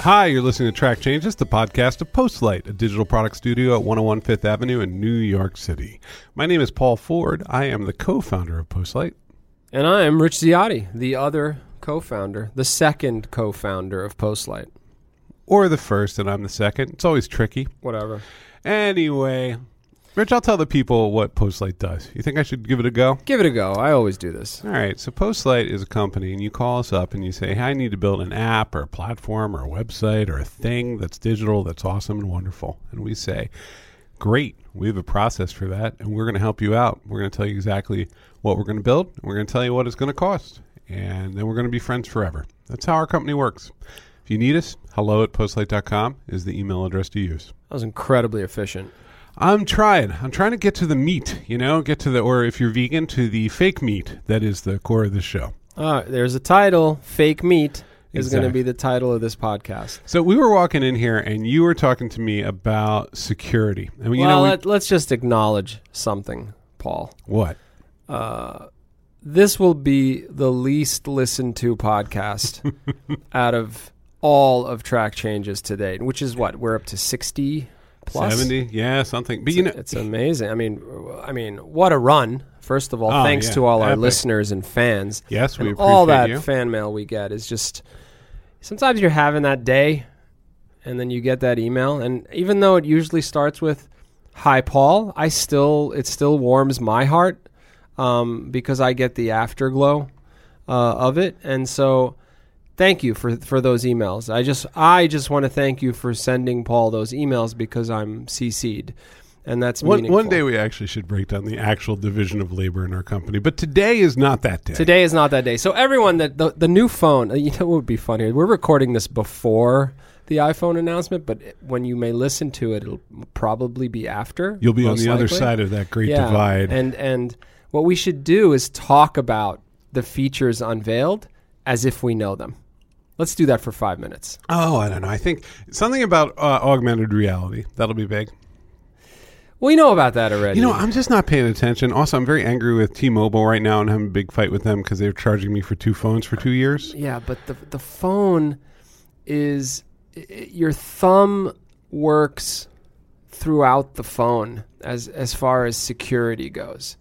Hi, you're listening to Track Changes, the podcast of Postlight, a digital product studio at 101 Fifth Avenue in New York City. My name is Paul Ford. I am the co founder of Postlight. And I'm Rich Ziotti, the other co founder, the second co founder of Postlight. Or the first, and I'm the second. It's always tricky. Whatever. Anyway, Rich, I'll tell the people what Postlight does. You think I should give it a go? Give it a go. I always do this. All right. So Postlight is a company, and you call us up and you say, "Hey, I need to build an app or a platform or a website or a thing that's digital, that's awesome and wonderful." And we say, "Great, we have a process for that, and we're going to help you out. We're going to tell you exactly what we're going to build. And we're going to tell you what it's going to cost, and then we're going to be friends forever." That's how our company works. If you need us, hello at postlight.com is the email address to use. That was incredibly efficient. I'm trying. I'm trying to get to the meat, you know, get to the, or if you're vegan, to the fake meat that is the core of the show. Uh, there's a title Fake Meat is going to Exactly. be the title of this podcast. So we were walking in here and you were talking to me about security. I mean, you well, know, we- let, let's just acknowledge something, Paul. what? This will be the least listened to podcast out of all of track changes to date, which is what? We're up to 60 plus? 70? Yeah, something. But you know, it's amazing. I mean, I mean, what a run! First of all, Oh, thanks yeah. to all our Epic. listeners and fans. yes, we and appreciate all that you. fan mail we get is just. Sometimes you're having that day, and then you get that email, and even though it usually starts with "Hi, Paul," I still it still warms my heart um, because I get the afterglow uh, of it, and so. Thank you for, for those emails. I just I just want to thank you for sending Paul those emails because I'm CC'd, and that's One, meaningful. one day we actually should break down the actual division of labor in our company, but today is not that day. Today is not that day. So everyone, that the, the new phone, uh, you know what would be funny? We're recording this before the iPhone announcement, but when you may listen to it, it'll probably be after. You'll be on most the other likely. side of that great divide. And and what we should do is talk about the features unveiled as if we know them. Let's do that for five minutes. oh, I don't know. I think something about uh, augmented reality. That'll be big. We know about that already. You know, I'm just not paying attention. Also, I'm very angry with T-Mobile right now and having a big fight with them because they're charging me for two phones for two years. Yeah, but the the phone is i- i- your thumb works throughout the phone as as far as security goes.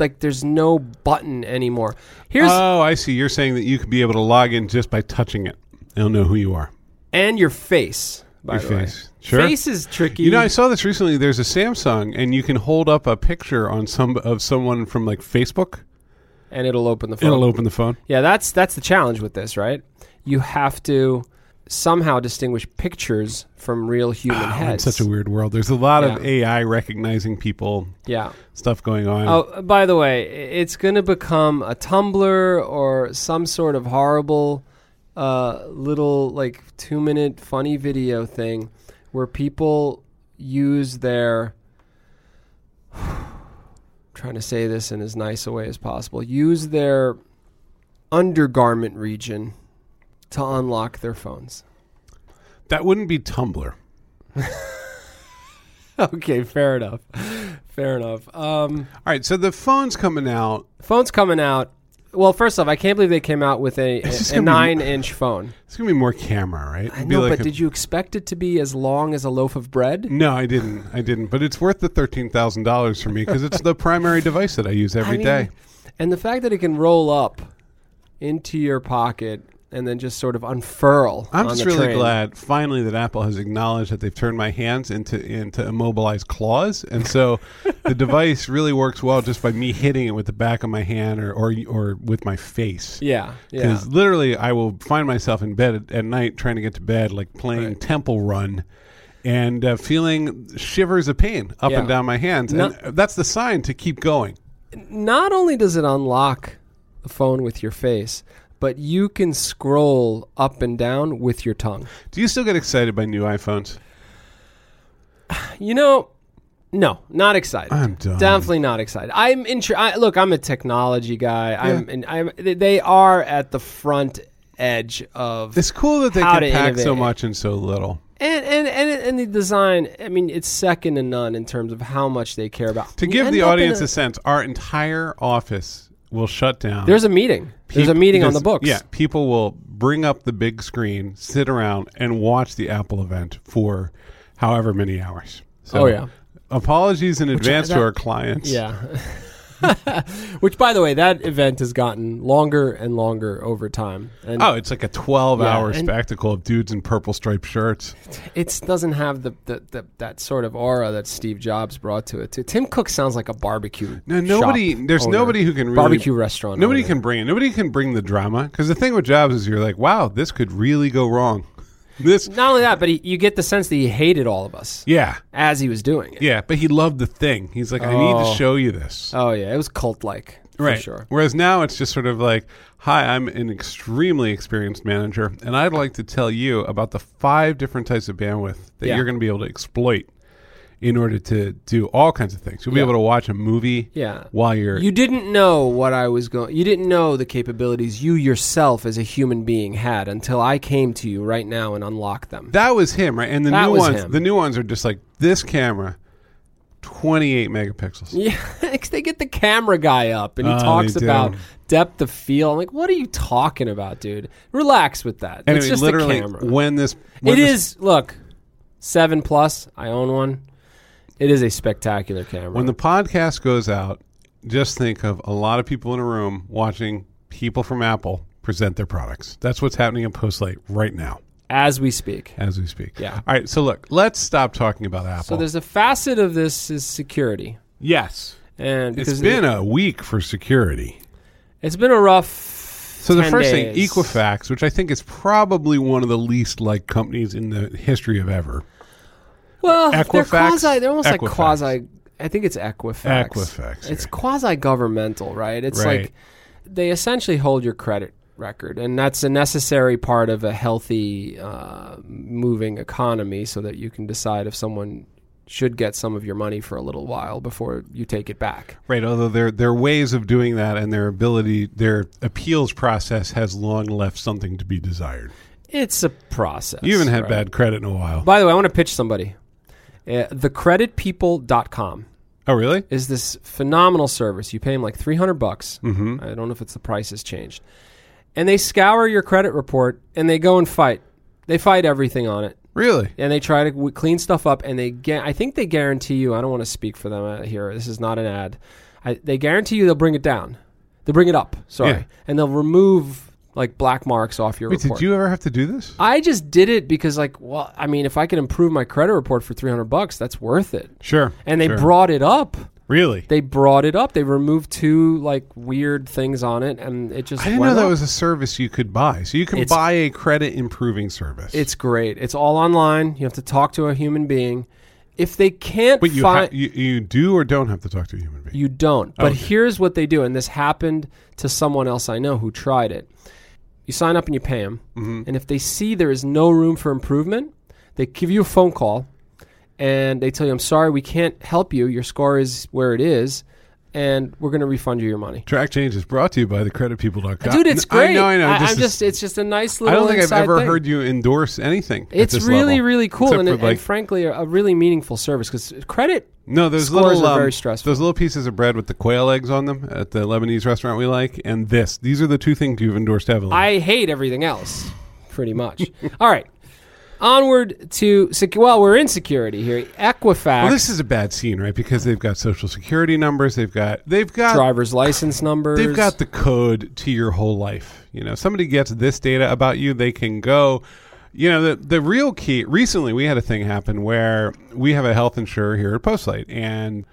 Like there's no button anymore. Here's Oh, I see. You're saying that you could be able to log in just by touching it. They'll know who you are. and your face. By Your the way. face. Sure. Face is tricky. You know, I saw this recently. There's a Samsung, and you can hold up a picture on some of someone from like Facebook. and it'll open the phone. It'll open the phone. Yeah, that's that's the challenge with this, right? You have to somehow distinguish pictures from real human Oh, heads. it's such a weird world. There's a lot of Yeah. AI recognizing people yeah. stuff going on. Oh, by the way, i- it's going to become a Tumblr or some sort of horrible uh, little like two minute funny video thing where people use their. trying to say this in as nice a way as possible. Use their undergarment region to unlock their phones. That wouldn't be Tumblr. okay, fair enough. Fair enough. Um, All right, so the phone's coming out. phone's coming out. Well, first off, I can't believe they came out with a, just a, gonna be- nine-inch phone. It's gonna be more camera, right? I It'd be know, like but a- Mm, did you expect it to be as long as a loaf of bread? No, I didn't. I didn't. But it's worth the thirteen thousand dollars for me because it's the primary device that I use every day. And the fact that it can roll up into your pocket and then just sort of unfurl. I'm on just the really train. glad finally that Apple has acknowledged that they've turned my hands into into immobilized claws, and so the device really works well just by me hitting it with the back of my hand or or, or with my face. Yeah, yeah. Because literally, I will find myself in bed at, at night trying to get to bed, like playing Temple Run, and uh, feeling shivers of pain up Yeah. and down my hands, and that's the sign to keep going. Not only does it unlock the phone with your face, but you can scroll up and down with your tongue. Do you still get excited by new iPhones? You know, no, not excited. I'm done. Definitely not excited. I'm intri- I, look. I'm a technology guy. I'm. And I'm. they- They are at the front edge of It's cool that they How can to pack so innovate. much in so little. and and and and the design. I mean, it's second to none in terms of how much they care about. To You give end the up in audience a- a, sense, our entire office will shut down. there's a meeting. There's a Peop- meeting on there's- the books. Yeah, people will bring up the big screen, sit around, and watch the Apple event for however many hours. So, Oh, yeah. uh, Apologies in advance that- to our clients. Yeah. Which, by the way, that event has gotten longer and longer over time, and Oh, it's like a 12 hour Yeah, and- spectacle of dudes in purple striped shirts. it doesn't have the, the, the that sort of aura that Steve Jobs brought to it. Too. Tim Cook sounds like a barbecue. No, shop nobody, there's owner. nobody who can really. barbecue restaurant. Nobody owner. can bring it. Nobody can bring the drama. Because the thing with Jobs is you're like, wow, this could really go wrong. This, Not only that, but he, you get the sense that he hated all of us yeah. as he was doing it. Yeah, but he loved the thing. He's like, I need Oh. to show you this. Oh yeah, it was cult like right. for sure. Whereas now it's just sort of like, hi, I'm an extremely experienced manager, and I'd like to tell you about the five different types of bandwidth that Yeah. you're going to be able to exploit in order to do all kinds of things. You'll be Yeah. able to watch a movie Yeah. while you're. You didn't know what I was going. You didn't know the capabilities you yourself as a human being had until I came to you right now and unlocked them. that was him, right? And the That new was ones, him. the new ones are just like this camera, 28 megapixels. Yeah, 'cause they get the camera guy up and he Ah, they talks do. about depth of feel. I'm like, what are you talking about, dude? Relax with that. Anyway, it's just literally, a camera. when this when It this- is. Look, seven plus. I own one. It is a spectacular camera. When the podcast goes out, just think of a lot of people in a room watching people from Apple present their products. That's what's happening in Postlight right now as we speak. as we speak. Yeah. All right. So look, let's stop talking about So Apple. there's a facet of this is security, yes. and because It's been a week for security. it's been a rough. So the 10 first thing, days. Equifax, which I think is probably one of the least liked companies in the history of ever. Well, they're Equifax? quasi. They're almost like Equifax. quasi. I think it's Equifax. Equifax, It's right. quasi governmental, right? It's Right. like they essentially hold your credit record, and that's a necessary part of a healthy, uh, moving economy, so that you can decide if someone should get some of your money for a little while before you take it back. Right, although their their ways of doing that and their ability, their appeals process has long left something to be desired. It's a process. You haven't had right? bad credit in a while. By the way, I want to pitch somebody. Uh, thecreditpeople.com oh, really? is this phenomenal service. You pay them like 300 bucks. Mm-hmm. I don't know if it's the price has changed. And they scour your credit report and they go and fight. They fight everything on it. Really? And they try to w- clean stuff up and they get I think they guarantee you, I don't want to speak for them uh, here. This is not an ad. I, they guarantee you they'll bring it down. They'll bring it up, sorry. Yeah. And they'll remove like black marks off your Wait, report. did you ever have to do this? I just did it because like, well, I mean, if I can improve my credit report for 300 bucks, that's worth it. Sure. And they sure. brought it up. really. They brought it up. They removed two like weird things on it and it just I didn't went know that up. was a service you could buy. So you can It's- buy a credit improving service. It's great. It's all online. You have to talk to a human being. If they can't but you, find ha- you you do or don't have to talk to a human being. You don't. But here's what they do, and this happened to someone else I know who tried it. You sign up and you pay them, Mm-hmm. and if they see there is no room for improvement, they give you a phone call, and they tell you, "I'm sorry, we can't help you. Your score is where it is, and we're going to refund you your money." Track change is brought to you by thecreditpeople.com. Dude, it's great. I know, I know. am This is- just. It's just a nice I little. don't think I've inside ever thing. heard you endorse anything. at It's this really, level. really cool, Except and, for, and like- frankly, a, a really meaningful service because credit. No, those Scores little are um, very stressful. Those little pieces of bread with the quail eggs on them at the Lebanese restaurant we like, and this. These are the two things you've endorsed heavily. I hate everything else, pretty much. All right. Onward to sec- well, we're in security here. Equifax well, this is a bad scene, right? Because they've got social security numbers. They've got they've got driver's license numbers. They've got the code to your whole life. You know, somebody gets this data about you, they can go. You know, the the real key. Recently, we had a thing happen where we have a health insurer here at Postlight, and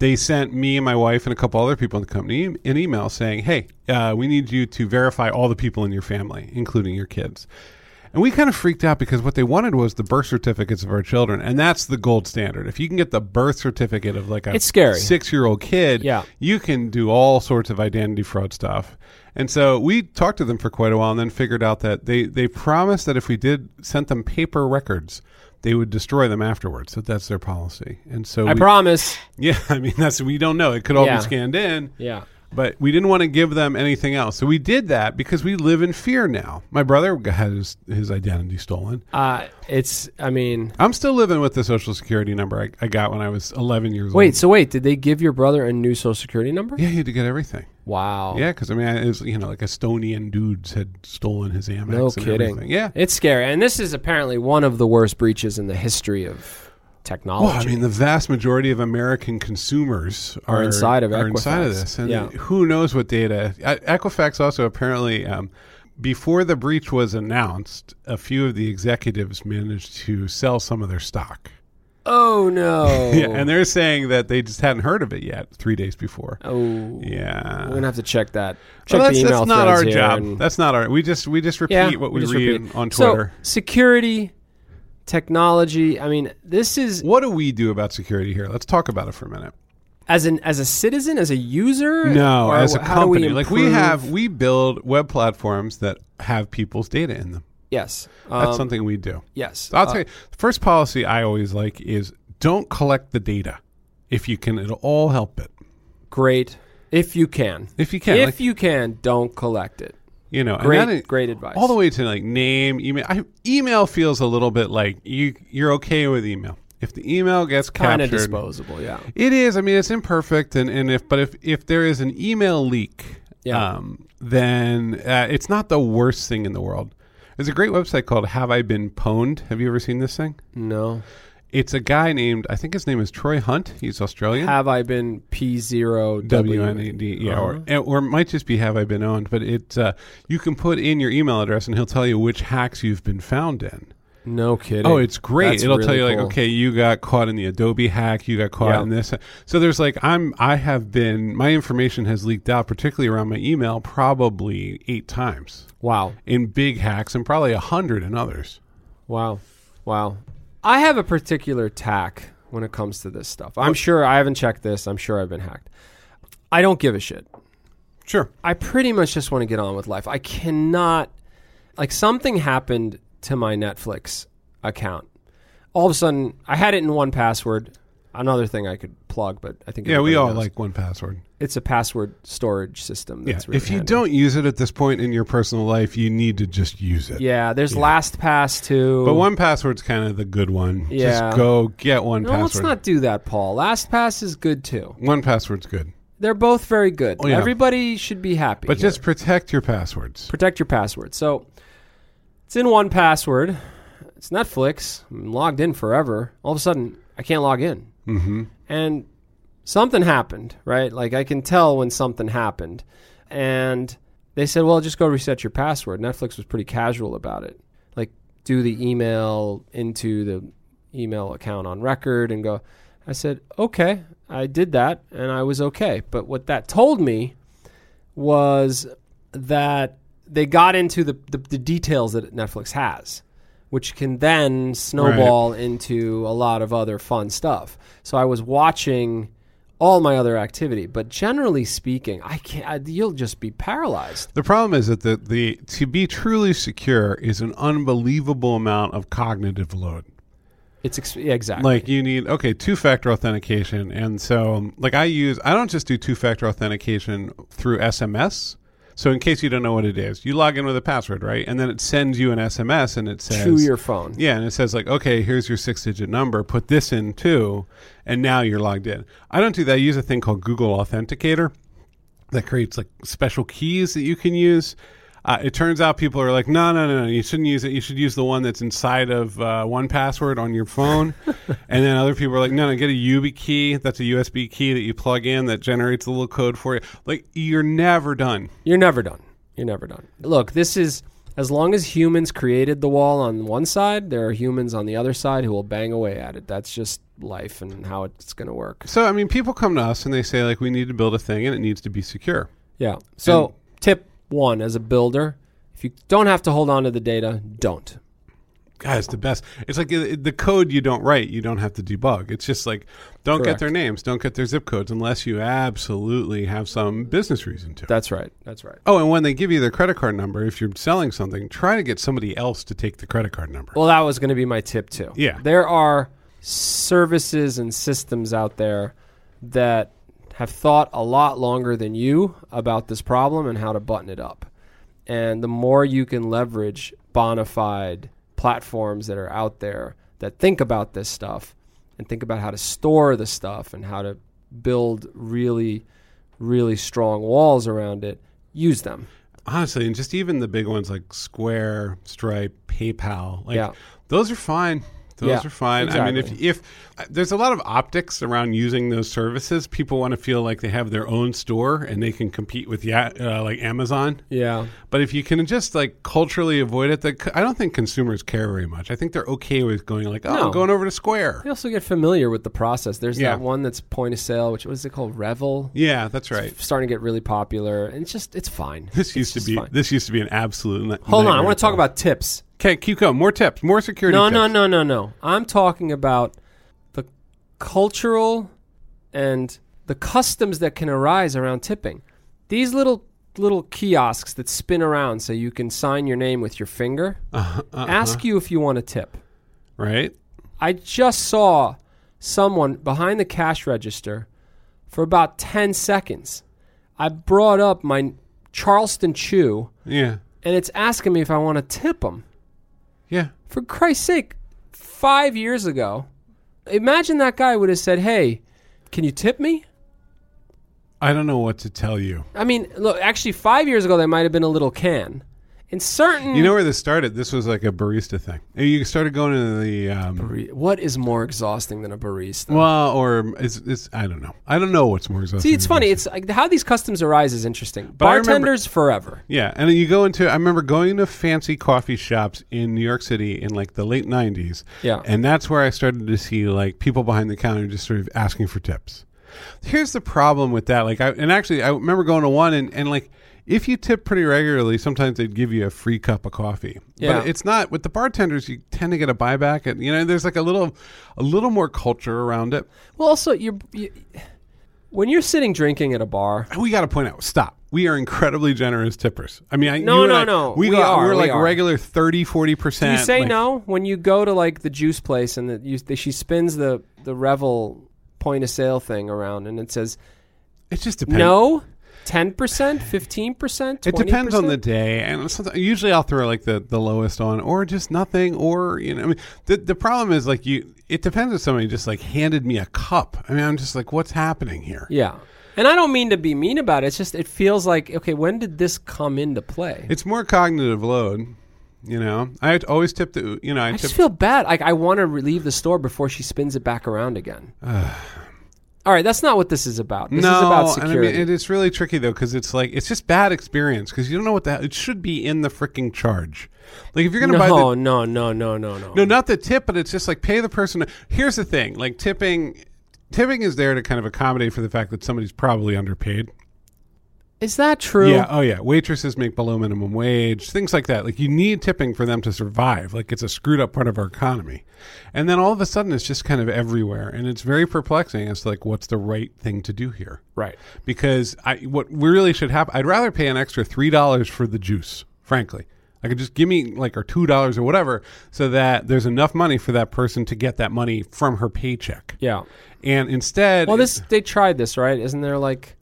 they sent me and my wife and a couple other people in the company an email saying, "Hey, uh, we need you to verify all the people in your family, including your kids." And we kind of freaked out because what they wanted was the birth certificates of our children, and that's the gold standard. If you can get the birth certificate of like a It's scary. six-year-old kid, Yeah. you can do all sorts of identity fraud stuff. And so we talked to them for quite a while and then figured out that they, they promised that if we did sent them paper records, they would destroy them afterwards. So that's their policy. And so I we- promise. yeah, I mean that's we don't know. It could all Yeah. be scanned in. Yeah. But we didn't want to give them anything else. So we did that because we live in fear now. My brother had his, his identity stolen. Uh, it's. I mean. I'm still living with the social security number I, I got when I was 11 years old. Wait. So wait. Did they give your brother a new social security number? Yeah, he had to get everything. Wow. Yeah, because I mean, it was, you know, like Estonian dudes had stolen his Amex. No and kidding. everything. Yeah. It's scary. And this is apparently one of the worst breaches in the history of technology. Well, I mean, the vast majority of American consumers are, Are inside of are inside of Equifax. this, and Yeah. who knows what data? E- Equifax also apparently, um, before the breach was announced, a few of the executives managed to sell some of their stock, oh, no. yeah, and they're saying that they just hadn't heard of it yet three days before. oh. Yeah, We're going to have to check that. Check Well, that's, the that's email not threads our here job. and- That's not our. We just we just repeat what we, just read repeat it. on Twitter. So, security, technology. I mean, this is what do we do about security here? Let's talk about it for a minute. as an as a citizen, as a user. No, or as a how do company, like we improve- have, we build web platforms that have people's data in them. Yes, That's um, uh, something we do. yes. So I'll tell you, the first policy I always like is don't collect the data if you can at all help it. Great, if you can. If you can, if like, you can, don't collect it. you know, and Great, that- great advice. all the way to like name, email. I, email feels a little bit like you you're okay with email if the email gets kind of captured. disposable. Yeah, It is. I mean, it's imperfect, and, and if but if if there is an email leak, Yeah. um, then uh, it's not the worst thing in the world. There's a great website called Have I Been Pwned? Have you ever seen this thing? no. It's a guy named I think his name is Troy Hunt. He's Australian. Have I been P zero E W N A D, yeah, or eh, or it might just be have I been owned, but it's uh, you can put in your email address and he'll tell you which hacks you've been found in. No kidding. Oh, it's great. That's It'll tell really you like, cool. okay, you got caught in the Adobe hack, you got caught Yeah. in this. So there's like I'm I have been my information has leaked out particularly around my email probably 8 times Wow. in big hacks and probably a 100 in others. Wow. Wow. I have a particular tack when it comes to this stuff. I'm sure I haven't checked this. I'm sure I've been hacked. I don't give a shit. Sure. I pretty much just want to get on with life. I cannot like something happened to my Netflix account. All of a sudden, I had it in one password. Another thing I could plug, but I think Yeah, we everybody all knows. like one password. it's a password storage system. Yeah. That's really if you handy. don't use it at this point in your personal life, you need to just use it. yeah, there's LastPass too. But one password's kind of the good one. Yeah. Just go get one no, let's password. not do that, Paul. LastPass is good too. one password's good. They're both very good. Oh, yeah. Everybody should be happy. But here. just protect your passwords. protect your password. So it's in one password. It's Netflix. I'm logged in forever. All of a sudden, I can't log in. Mm-hmm. And something happened, right? Like I can tell when something happened. And they said, well, just go reset your password. Netflix was pretty casual about it. Like do the email into the email account on record and go. I said, okay. I did that and I was okay. But what that told me was that they got into the, the, the details that Netflix has, which can then snowball into a lot of other fun stuff. So I was watching all my other activity, but generally speaking, I can't. I, you'll just be paralyzed. The problem is that the, the to be truly secure is an unbelievable amount of cognitive load. It's ex- yeah, exactly Like you need okay, two-factor authentication, and so um, like I use I don't just do two-factor authentication through SMS. So in case you don't know what it is, you log in with a password, right? And then it sends you an SMS, and it says to your phone. yeah, and it says like, okay, here's your six-digit number. Put this in too, and now you're logged in. I don't do that. I use a thing called Google Authenticator that creates like special keys that you can use. Uh, it turns out people are like, no, no, no, no, you shouldn't use it. You should use the one that's inside of uh, one password on your phone. and then other people are like, no, no, get a UB key. That's a USB key that you plug in that generates a little code for you. Like, you're never done. You're never done. You're never done. Look, this is as long as humans created the wall on one side, there are humans on the other side who will bang away at it. That's just life and how it's going to work. So, I mean, people come to us and they say, like, we need to build a thing and it needs to be secure. Yeah. So tip one as a builder, if you don't have to hold on to the data, don't. God, it's the best. It's like uh, the code you don't write, you don't have to debug. It's just like, don't get Correct. their names, don't get their zip codes unless you absolutely have some business reason to. That's right. That's right. Oh, and when they give you their credit card number, if you're selling something, try to get somebody else to take the credit card number. Well, that was going to be my tip too. Yeah. There are services and systems out there that have thought a lot longer than you about this problem and how to button it up. And the more you can leverage bona fide platforms that are out there that think about this stuff and think about how to store the stuff and how to build really really strong walls around it, use them. honestly, and just even the big ones like Square, Stripe, PayPal, like Yeah. those are fine. Those Yeah, are fine. I mean, if exactly. if uh, there's a lot of optics around using those services, people want to feel like they have their own store and they can compete with yeah, uh, like Amazon. Yeah. But if you can just like culturally avoid it, the, I don't think consumers care very much. I think they're okay with going like, oh, I'm No. going over to Square. You also get familiar with the process. There's Yeah. that one that's point of sale, which was it called Revel? Yeah, that's right. Starting to get really popular, and it's just it's fine. This used to just be fine. this used to be an absolute. ni- Hold on, I nightmare want to talk problem. about tips. Okay, keep going. More tips. More security. No, tips. no, no, no, no. I'm talking about the cultural and the customs that can arise around tipping. These little little kiosks that spin around so you can sign your name with your finger Uh-huh. ask you if you want a tip. Right. I just saw someone behind the cash register for about 10 seconds. I brought up my Charleston chew Yeah. and it's asking me if I want to tip them. Yeah. For Christ's sake, five years ago, imagine that guy would have said, Hey, can you tip me? I don't know what to tell you. I mean, look, actually, five years ago, there might have been a little can. In certain. You know where this started? This was like a barista thing. You started going to the um, Bari- what is more exhausting than a barista? well, or it's, it's I don't know. I don't know what's more exhausting. See, it's than funny. this. It's like how these customs arise is interesting. I remember- Bartenders forever. Yeah, and you go into. I remember going to fancy coffee shops in New York City in like the late '90s. Yeah. and that's where I started to see like people behind the counter just sort of asking for tips. Here's the problem with that. Like, I and actually I remember going to one and and like. If you tip pretty regularly, sometimes they'd give you a free cup of coffee. Yeah. But it's not with the bartenders. You tend to get a buyback, and you know there's like a little, a little more culture around it. Well, also you're you, when you're sitting drinking at a bar. we got to point out stop we are incredibly generous tippers i mean I, No, you and no, I- no. we, We got, are, we're we like are. regular 30 40 Do percent you say like, no when you go to like the juice place and the, you, the, she spins the the Revel point of sale thing around and it says it just depends no, ten percent, fifteen percent. it depends on the day and sometimes, usually i'll throw like the, the lowest on or just nothing or you know i mean the, the problem is like you it depends if somebody just like handed me a cup i mean i'm just like what's happening here yeah. And I don't mean to be mean about it. It's just it feels like okay, when did this come into play? it's more cognitive load you know i always tip the you know i, I tip just feel bad. Like I want to leave the store before she spins it back around again. All right, that's not what this is about. This is about security. and I mean, it's really tricky though because it's like it's just bad experience because you don't know what the hell- it should be in the freaking charge. Like if you're gonna buy no, the no, no, no, no, no. no not the tip, but it's just like pay the person. Here's the thing: like tipping, tipping is there to kind of accommodate for the fact that somebody's probably underpaid. Is that true? Yeah. Oh yeah. Waitresses make below minimum wage. Things like that. Like you need tipping for them to survive. Like it's a screwed up part of our economy. And then all of a sudden it's just kind of everywhere, and it's very perplexing as to like what's the right thing to do here Right. because I what really should happen. I'd rather pay an extra three dollars for the juice, frankly. I could just give me like or two dollars or whatever, so that there's enough money for that person to get that money from her paycheck. Yeah. And instead, Well, this they tried this, right? Isn't there like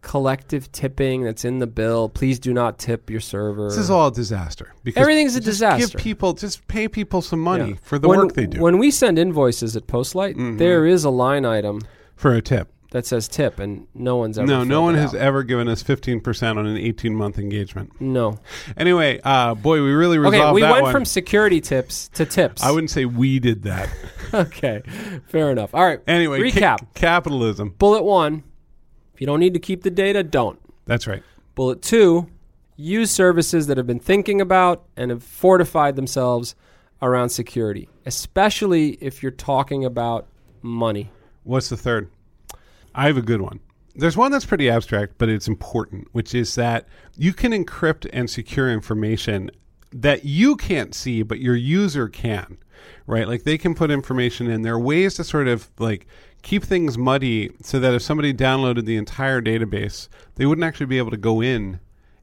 collective tipping that's in the bill? Please do not tip your server. this is all a disaster. Because Everything's a just disaster. Give people just pay people some money Yeah. for the When- work they do Mm-hmm. When we send invoices at Postlight, there is a line item for a tip. that says tip, and no one's ever. No, no filled one it has out. ever given us fifteen percent on an eighteen month engagement. No. Anyway, uh, boy, we really resolved Okay, we that went one. from security tips to tips. I wouldn't say we did that. okay, fair enough. All right. Anyway, ca- recap. capitalism. Bullet one: If you don't need to keep the data, don't. That's right. Bullet two, use services that have been thinking about and have fortified themselves around security, especially if you're talking about money. What's the third? I have a good one. There's one that's pretty abstract, but it's important, which is that you can encrypt and secure information that you can't see, but your user can, right? Like they can put information in. There are ways to sort of like keep things muddy so that if somebody downloaded the entire database, they wouldn't actually be able to go in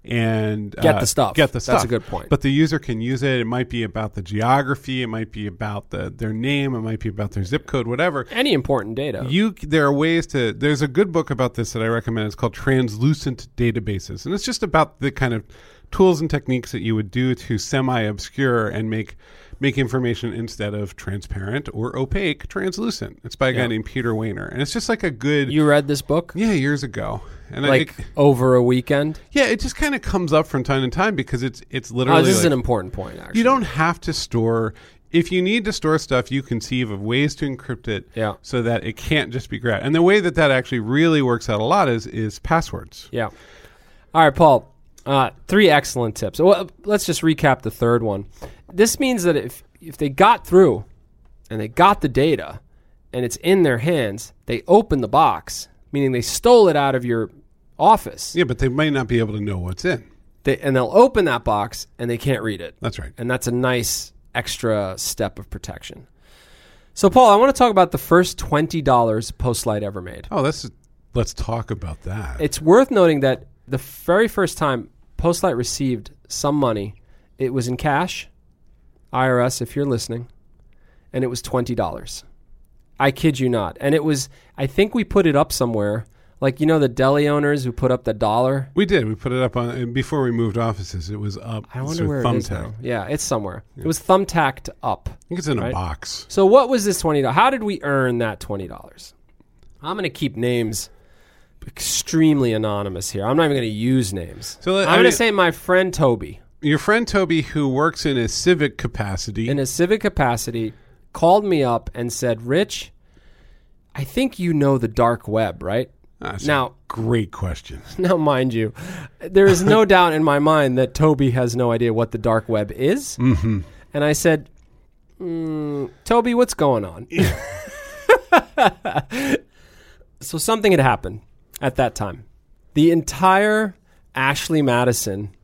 and uh, Get the stuff. Get the That's stuff. a good point. But the user can use it. It might be about the geography. It might be about the, their name. It might be about their zip code. Whatever. Any important data. You there are ways to there's a good book about this that I recommend. It's called Translucent Databases, and it's just about the kind of tools and techniques that you would do to semi obscure and make make information instead of transparent or opaque translucent. It's by a Yeah. guy named Peter Weiner, and it's just like a good You read this book yeah years ago. And I- like it, over a weekend. yeah, it just kind of comes up from time to time because it's it's literally Oh, this is like- an important point. Actually, you don't have to store. If you need to store stuff, you conceive of ways to encrypt it Yeah. so that it can't just be grabbed. And the way that that actually really works out a lot is is passwords. Yeah. All right, Paul. Uh, three excellent tips. Well, let's just recap the third one. This means that if if they got through and they got the data and it's in their hands, they open the box, meaning they stole it out of your office. Yeah, but they might not be able to know what's in. They, and they'll open that box and they can't read it. That's right. And that's a nice extra step of protection. So, Paul, I want to talk about the first $20 Postlight ever made. Oh, that's let's talk about that. It's worth noting that the very first time Postlight received some money, it was in cash, IRS if you're listening, and it was $20. I kid you not. And it was, I think we put it up somewhere. Like, you know, the deli owners who put up the dollar? we did. We put it up on and before we moved offices. It was up. I wonder with where it is thumbtack. now. Yeah, it's somewhere. It was thumbtacked up. I think it's in a Right. box. So what was this twenty dollars? How did we earn that twenty dollars? I'm gonna keep names extremely anonymous here. I'm not even gonna use names. So, I'm I gonna mean- say my friend Toby, Your friend Toby, who works in a civic capacity, in a civic capacity, called me up and said, "Rich, I think you know the dark web, right?" That's a Now, Ah, great question. now, mind you, there is no doubt in my mind that Toby has no idea what the dark web is. Mm-hmm. And I said, mm, Toby, what's going on? so something had happened at that time. The entire Ashley Madison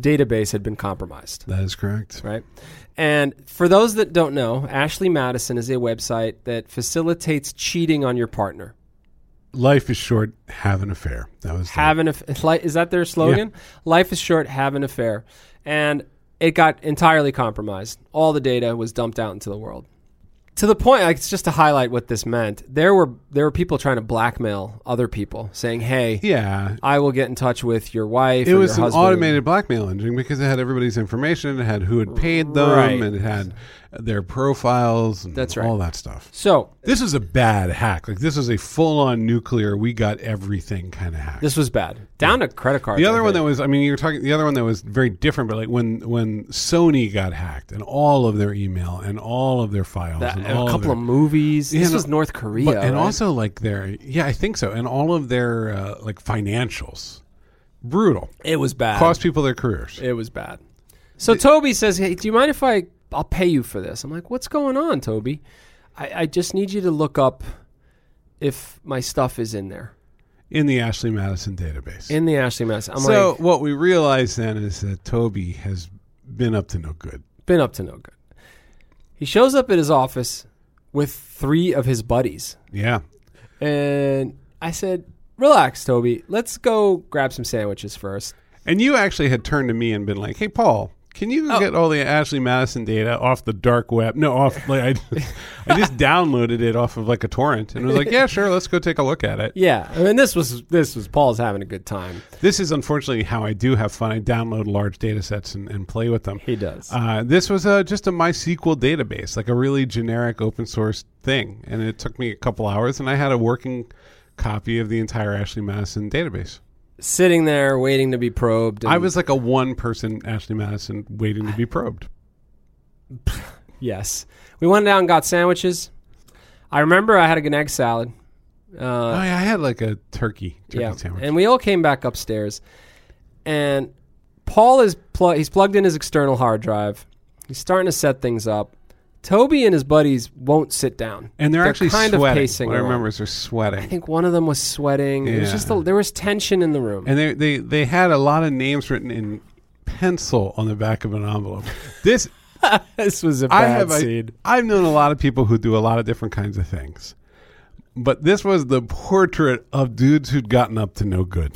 database had been compromised That is correct. right? And for those that don't know, Ashley Madison is a website that facilitates cheating on your partner. Life is short. Have an affair. That was the- Have an aff- li- is that their slogan? Life is short, have an affair. And it got entirely compromised. All the data was dumped out into the world. To the point, like it's just to highlight what this meant. There were there were people trying to blackmail other people, saying, "Hey, yeah. I will get in touch with your wife." It or was your an husband. automated blackmail engine because it had everybody's information, it had who had paid them, Right. and it had their profiles, and That's right. all that stuff. So This is a bad hack. Like this is a full-on nuclear. We got everything kind of hack. this was bad. Down to credit cards. the I other one think. that was, I mean, you're talking. The other one that was very different, but like when when Sony got hacked and all of their email and all of their files That- and a all couple their, of movies. Yeah, this no, was North Korea, But- and right? also like their yeah, I think so, and all of their uh, like financials, brutal, It was bad. cost people their careers. it was bad. So Toby says, "Hey, do you mind if I I'll pay you for this?" I'm like, "What's going on, Toby? I, I just need you to look up if my stuff is in there in the Ashley Madison database. in the Ashley mess." I'm so like, what we realize then is that Toby has been up to no good. "Been up to no good." He shows up at his office with three of his buddies, Yeah. and I said, "Relax, Toby. Let's go grab some sandwiches first. And you actually had turned to me and been like, "Hey, Paul, can you get all the Ashley Madison data off the dark web? No, off like I, just- I just downloaded it off of like a torrent and was like, "Yeah, sure, let's go take a look at it." Yeah, I mean, this was this was Paul's having a good time. This is unfortunately how I do have fun. I download large data sets and, and play with them. He does. Uh, this was uh just a MySQL database, like a really generic open source thing, and it took me a couple hours, and I had a working copy of the entire Ashley Madison database. sitting there waiting to be probed. and- I was like a one person Ashley Madison waiting to be probed. yes. We went down and got sandwiches. I remember I had an egg salad. Uh, oh yeah, I had like a turkey turkey yeah, sandwich. and we all came back upstairs, and Paul is pl- he's plugged in his external hard drive. He's starting to set things up. Toby and his buddies won't sit down, And they're, actually kind sweating. of pacing. what I around. remember is they're I sweating. think one of them was sweating. It was Yeah. just a, there was tension in the room. And they, they they had a lot of names written in pencil on the back of an envelope. This this was a I bad have scene. I, have known a lot of people who do a lot of different kinds of things. But this was the portrait of dudes who'd gotten up to no good.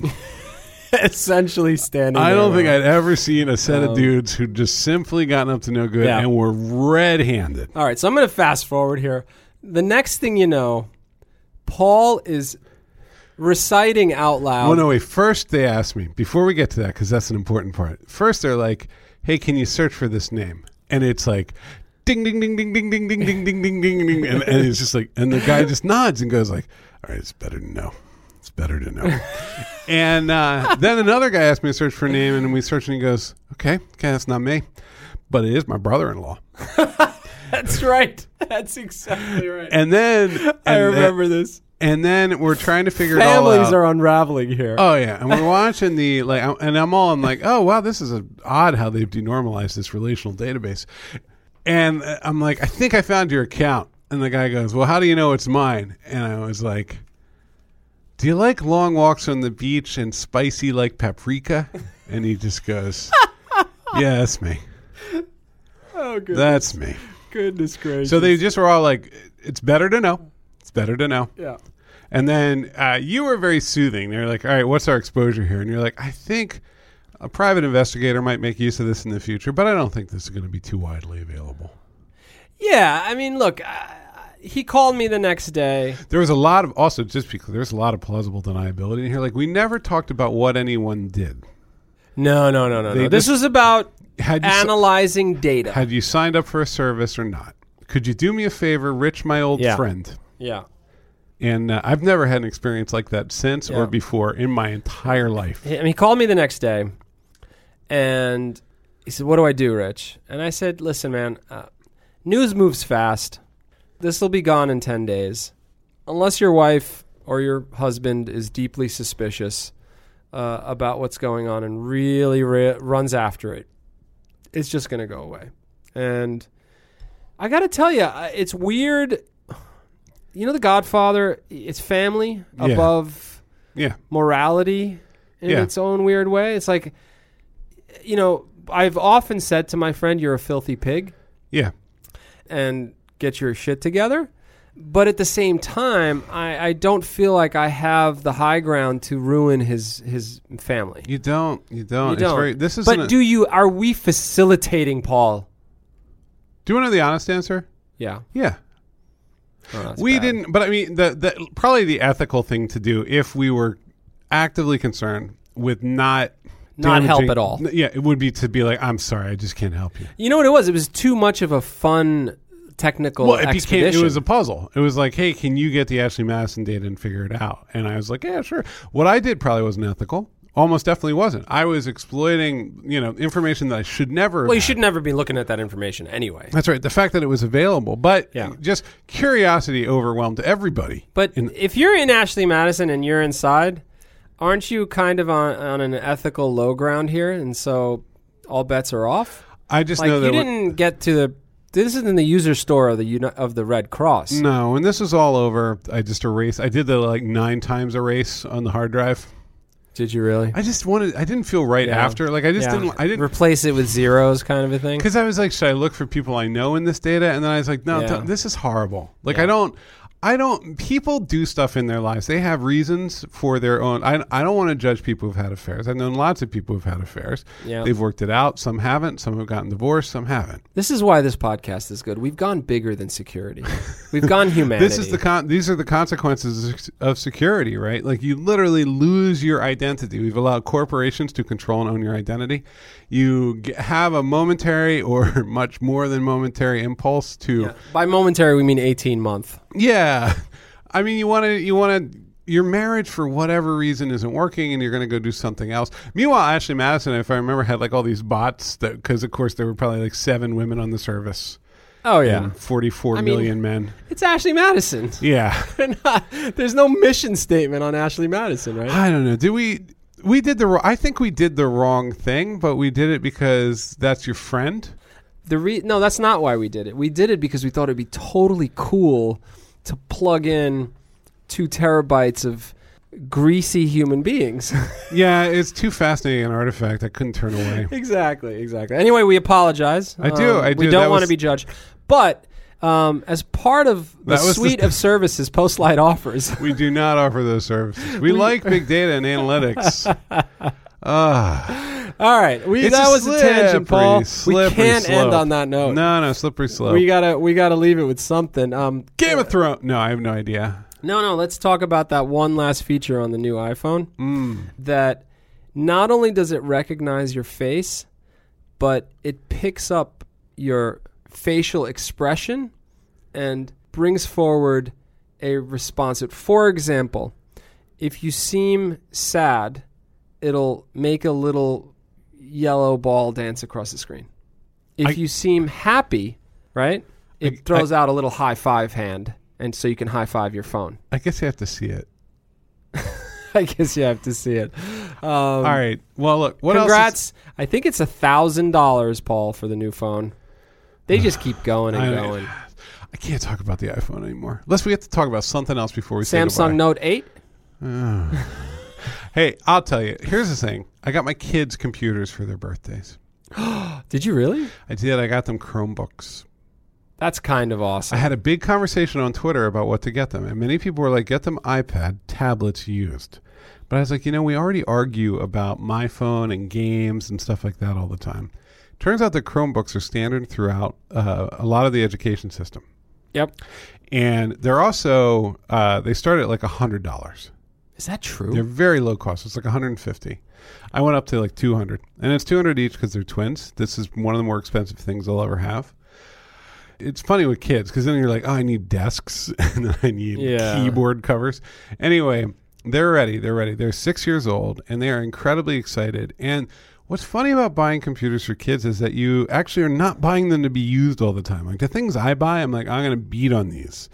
Essentially standing. I there don't think alone. I'd ever seen a set of dudes who'd just simply gotten up to no good Um, Yeah. and were red handed. All right, so I'm going to fast forward here. The next thing you know, Paul is reciting out loud. Well, no, wait. First, they asked me before we get to that because that's an important part. First, they're like, "Hey, can you search for this name?" And it's like, "Ding, ding, ding, ding, ding, ding, ding, ding, ding, ding, ding, ding," and, and it's just like, and the guy just nods and goes like, "All right, it's better to know. It's better to know." and uh, then another guy asked me to search for a name, and we searched, and he goes, "Okay, okay, that's not me, but it is my brother-in-law." That's right. That's exactly right. And then and I then- remember this. and then we're trying to figure it all out. Families are unraveling here. Oh yeah, and we're watching the like, I'm- and I'm all I'm like, oh wow, this is a, odd how they've denormalized this relational database. And uh, I'm like, I think I found your account. And the guy goes, well, how do you know it's mine? And I was like, do you like long walks on the beach and spicy like paprika? And he just goes, yeah, that's me. Oh, good, That's me. goodness gracious. So they just were all like, it's better to know. It's better to know. yeah. And then uh, you were very soothing. They're like, all right, what's our exposure here? And you're like, I think a private investigator might make use of this in the future, but I don't think this is going to be too widely available. Yeah, I mean, look, uh, he called me the next day. There was a lot of, also, just because there's a lot of plausible deniability in here. Like, we never talked about what anyone did. No, no, no, no. They no. This was about Had you, si- analyzing data. had you signed up for a service or not? Could you do me a favor, Rich, my old Yeah. friend? yeah. And uh, I've never had an experience like that since Yeah. or before in my entire life. He- And he called me the next day, and he said, "What do I do, Rich?" And I said, "Listen, man, uh, news moves fast. This will be gone in ten days, unless your wife or your husband is deeply suspicious uh, about what's going on and really re- runs after it. It's just going to go away." And I got to tell you, it's weird. You know, The Godfather. It's family Yeah. above Yeah. morality in Yeah. its own weird way. It's like, you know, I've often said to my friend, "You're a filthy pig," Yeah. and get your shit together. But at the same time, I, I don't feel like I have the high ground to ruin his his family. You don't. You don't. You It's don't. very, this is but do you? Are we facilitating Paul? Do you want to know the honest answer? Yeah, Yeah. Oh, that's we bad. didn't, but I mean, the, the probably the ethical thing to do if we were actively concerned with not Not help damaging- at all. N- Yeah, it would be to be like, I'm sorry, I just can't help you. You know what it was? It was too much of a fun technical Well, it expedition. became it was a puzzle. It was like, hey, can you get the Ashley Madison data and figure it out? And I was like, yeah, sure. What I did probably wasn't ethical. Almost definitely wasn't. I was exploiting, you know, information that I should never. well, have you should never be looking at that information anyway. That's right. The fact that it was available, but Yeah. just curiosity overwhelmed everybody. But if you're in Ashley Madison and you're inside, aren't you kind of on, on an ethical low ground here? And so all bets are off. I just Like know that you when- didn't get to the. This isn't the user store of the Uni- of the Red Cross. No, when this was all over, I just erased. I did the like nine times erase on the hard drive. Did you really? I just wanted. I didn't feel right Yeah. after. Like I just Yeah. didn't. I didn't replace it with zeros, kind of a thing. because I was like, should I look for people I know in this data? And then I was like, no, Yeah. th- this is horrible. Like I don't. I don't. People do stuff in their lives. They have reasons for their own. I, I don't want to judge people who've had affairs. I've known lots of people who've had affairs. Yeah. They've worked it out. Some haven't. Some have gotten divorced. Some haven't. This is why this podcast is good. We've gone bigger than security. We've gone humanity. This is the con- these are the consequences of security, right? Like you literally lose your identity. We've allowed corporations to control and own your identity. You g- have a momentary or much more than momentary impulse to yeah. by momentary we mean eighteen month. I mean, you want to you want to your marriage for whatever reason isn't working and you're going to go do something else. Meanwhile, Ashley Madison, if I remember, had like all these bots that cuz of course there were probably like 7 women on the service Oh yeah, and forty-four mean- million men. it's Ashley Madison. Yeah. There's no mission statement on Ashley Madison, right? I don't know. Did we? We did the. wr- I think we did the wrong thing, but we did it because that's your friend. The re- no, that's not why we did it. We did it because we thought it'd be totally cool to plug in two terabytes of greasy human beings. Yeah, it's too fascinating an artifact. I couldn't turn away. exactly, exactly. Anyway, we apologize. Um, I do, I We do. don't That want to was- be judged, but um, as part of the That was the- suite of services Post Light offers, We do not offer those services. We, like big data and analytics. Ah, all right, we It's that a was a slippery, tangent, Paul. We slippery can't end slope. on that note. no, no, slippery slope. We gotta we gotta leave it with something. Um, Game of Thrones. No, I have no idea. No, no, let's talk about that one last feature on the new iPhone Mm. that not only does it recognize your face, but it picks up your facial expression and brings forward a response. For example, if you seem sad, it'll make a little yellow ball dance across the screen. If I- you seem happy, right, it I- throws out a little high five hand, and so you can high five your phone. I guess you have to see it. I guess you have to see it. Um, All right. Well, look. What else? congrats! I think it's a thousand dollars, Paul, for the new phone. They just keep going and I- going. Is, I can't talk about the iPhone anymore. Unless we have to talk about something else before we say goodbye. Samsung Note Eight. Hey, I'll tell you. Here's the thing. I got my kids computers for their birthdays. Did you really? I did. I got them Chromebooks. That's kind of I awesome. had a big conversation on Twitter about what to get them, and many people were like, "Get them iPad tablets used." But I was like, you know, we already argue about my phone and games and stuff like that all the time. Turns out that Chromebooks are standard throughout uh, a lot of the education system, Yep. and they're also uh, they start at like a hundred dollars. Is that true? They're very low cost. It's like 150. I went up to like 200, and it's 200 each because they're twins. This is one of the more expensive things I'll ever have. It's funny with kids because then you're like, oh, I need desks and I need Yeah. keyboard covers. Anyway, they're ready. They're ready. They're six years old, and they are incredibly excited. And what's funny about buying computers for kids is that you actually are not buying them to be used all the time. Like the things I buy, I'm like, I'm going to beat on these,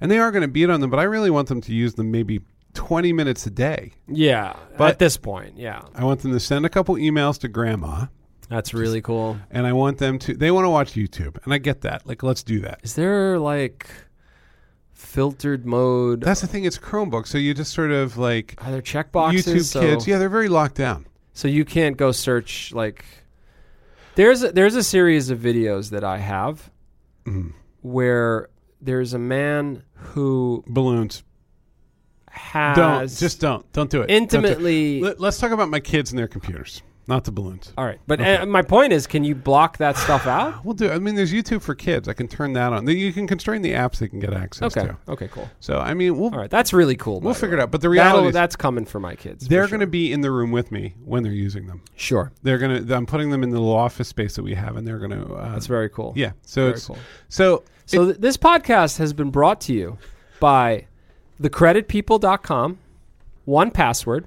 and they are going to beat on them. But I really want them to use them maybe 20 minutes a day. yeah. But- at this point, yeah, I want them to send a couple emails to grandma, that's really cool. and I want them to. They want to watch YouTube, and I get that. Like, let's do that. Is there like filtered mode? That's the thing. It's Chromebook, so you just sort of like are there checkboxes? YouTube so, kids. Yeah, they're very locked down. So you can't go search like. There's a, there's a series of videos that I have Mm-hmm. where there's a man who Balloons. has Don't just don't don't do it. Don't do it. intimately. Let, let's talk about my kids and their computers, not the balloons. all right, but uh, my point is, can you block that stuff out? We'll do. I mean, there's YouTube for kids. I can turn that on. You can constrain the apps they can get access Okay. to. Okay. Cool. So I mean, we'll All right. That's really cool. we'll by the figure way. it out. But the reality That'll- is, that's coming for my kids. for they're sure. going to be in the room with me when they're using them. sure. They're going to. I'm putting them in the little office space that we have, and they're going to. Uh, That's very cool. Yeah. So Very it's cool. so So th- this podcast has been brought to you by thecreditpeople.com, one password,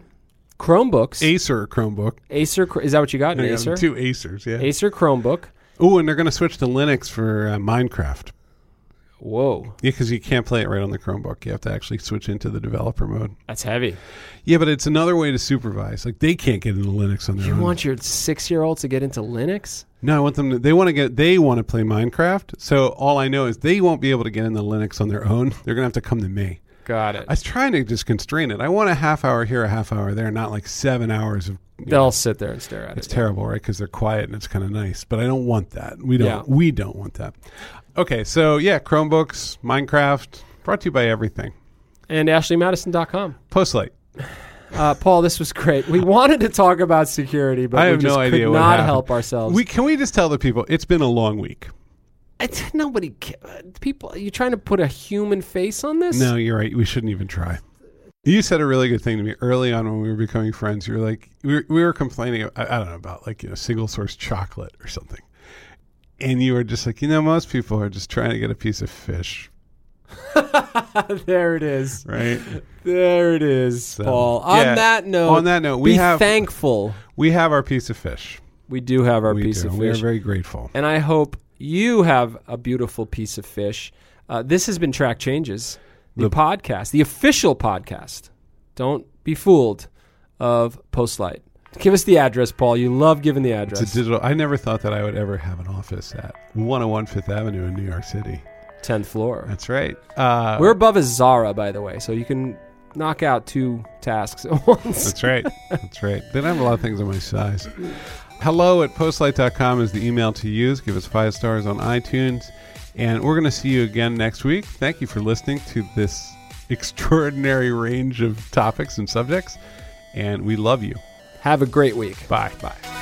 Chromebooks, Acer Chromebook. Acer. Chr- Is that what you got? An I got Acer. Two Acers. Yeah. Acer Chromebook. Oh, and they're going to switch to Linux for uh, Minecraft. Whoa, Yeah, because you can't play it right on the Chromebook. You have to actually switch into the developer mode. that's heavy. Yeah, but it's another way to supervise. Like they can't get into Linux on their You own. want your six-year-old to get into Linux? no, I want them. To, they want to get. They want to play Minecraft. So all I know is they won't be able to get into Linux on their own. They're going to have to come to me. Got it. I was trying to just constrain it. I want a half hour here, a half hour there, not like seven hours of They'll sit there and stare at It's it. terrible, right? Because they're quiet and it's kind of nice. But I don't want that. We don't. Yeah. We don't want that. Okay, so yeah, Chromebooks, Minecraft, brought to you by everything. And AshleyMadison.com. Postlight. Uh, Paul, this was great. We wanted to talk about security, but I we have just no could idea what not happened. help ourselves. We can we just tell the people it's been a long week. It's, nobody, ca- uh, people, are you trying to put a human face on this? No, you're right. We shouldn't even try. You said a really good thing to me early on when we were becoming friends. You were like, we were, we were complaining. I, I don't know about like you know single source chocolate or something, and you were just like, you know, most people are just trying to get a piece of fish, there it is. right? There it is, Paul. yeah. On that note, On that note, we be have- thankful we have our piece of fish. we do have our We piece do. of We are fish. very grateful. and I hope you have a beautiful piece of fish. Uh, this has been Track Changes, the, The- podcast, the official podcast. Don't be fooled of Postlight. Give us the address, Paul. You love giving the address. It's a digital. I never thought that I would ever have an office at 101 Fifth Avenue in New York City. 10th floor. That's right. Uh, We're above a Zara, by the way, so you can knock out two tasks at once. that's right. That's right. They don't have a lot of things of my size. Hello at postlight.com is the email to use. Give us five stars on iTunes. And we're going to see you again next week. Thank you for listening to this extraordinary range of topics and subjects. And we love you. Have a great week. Bye. Bye.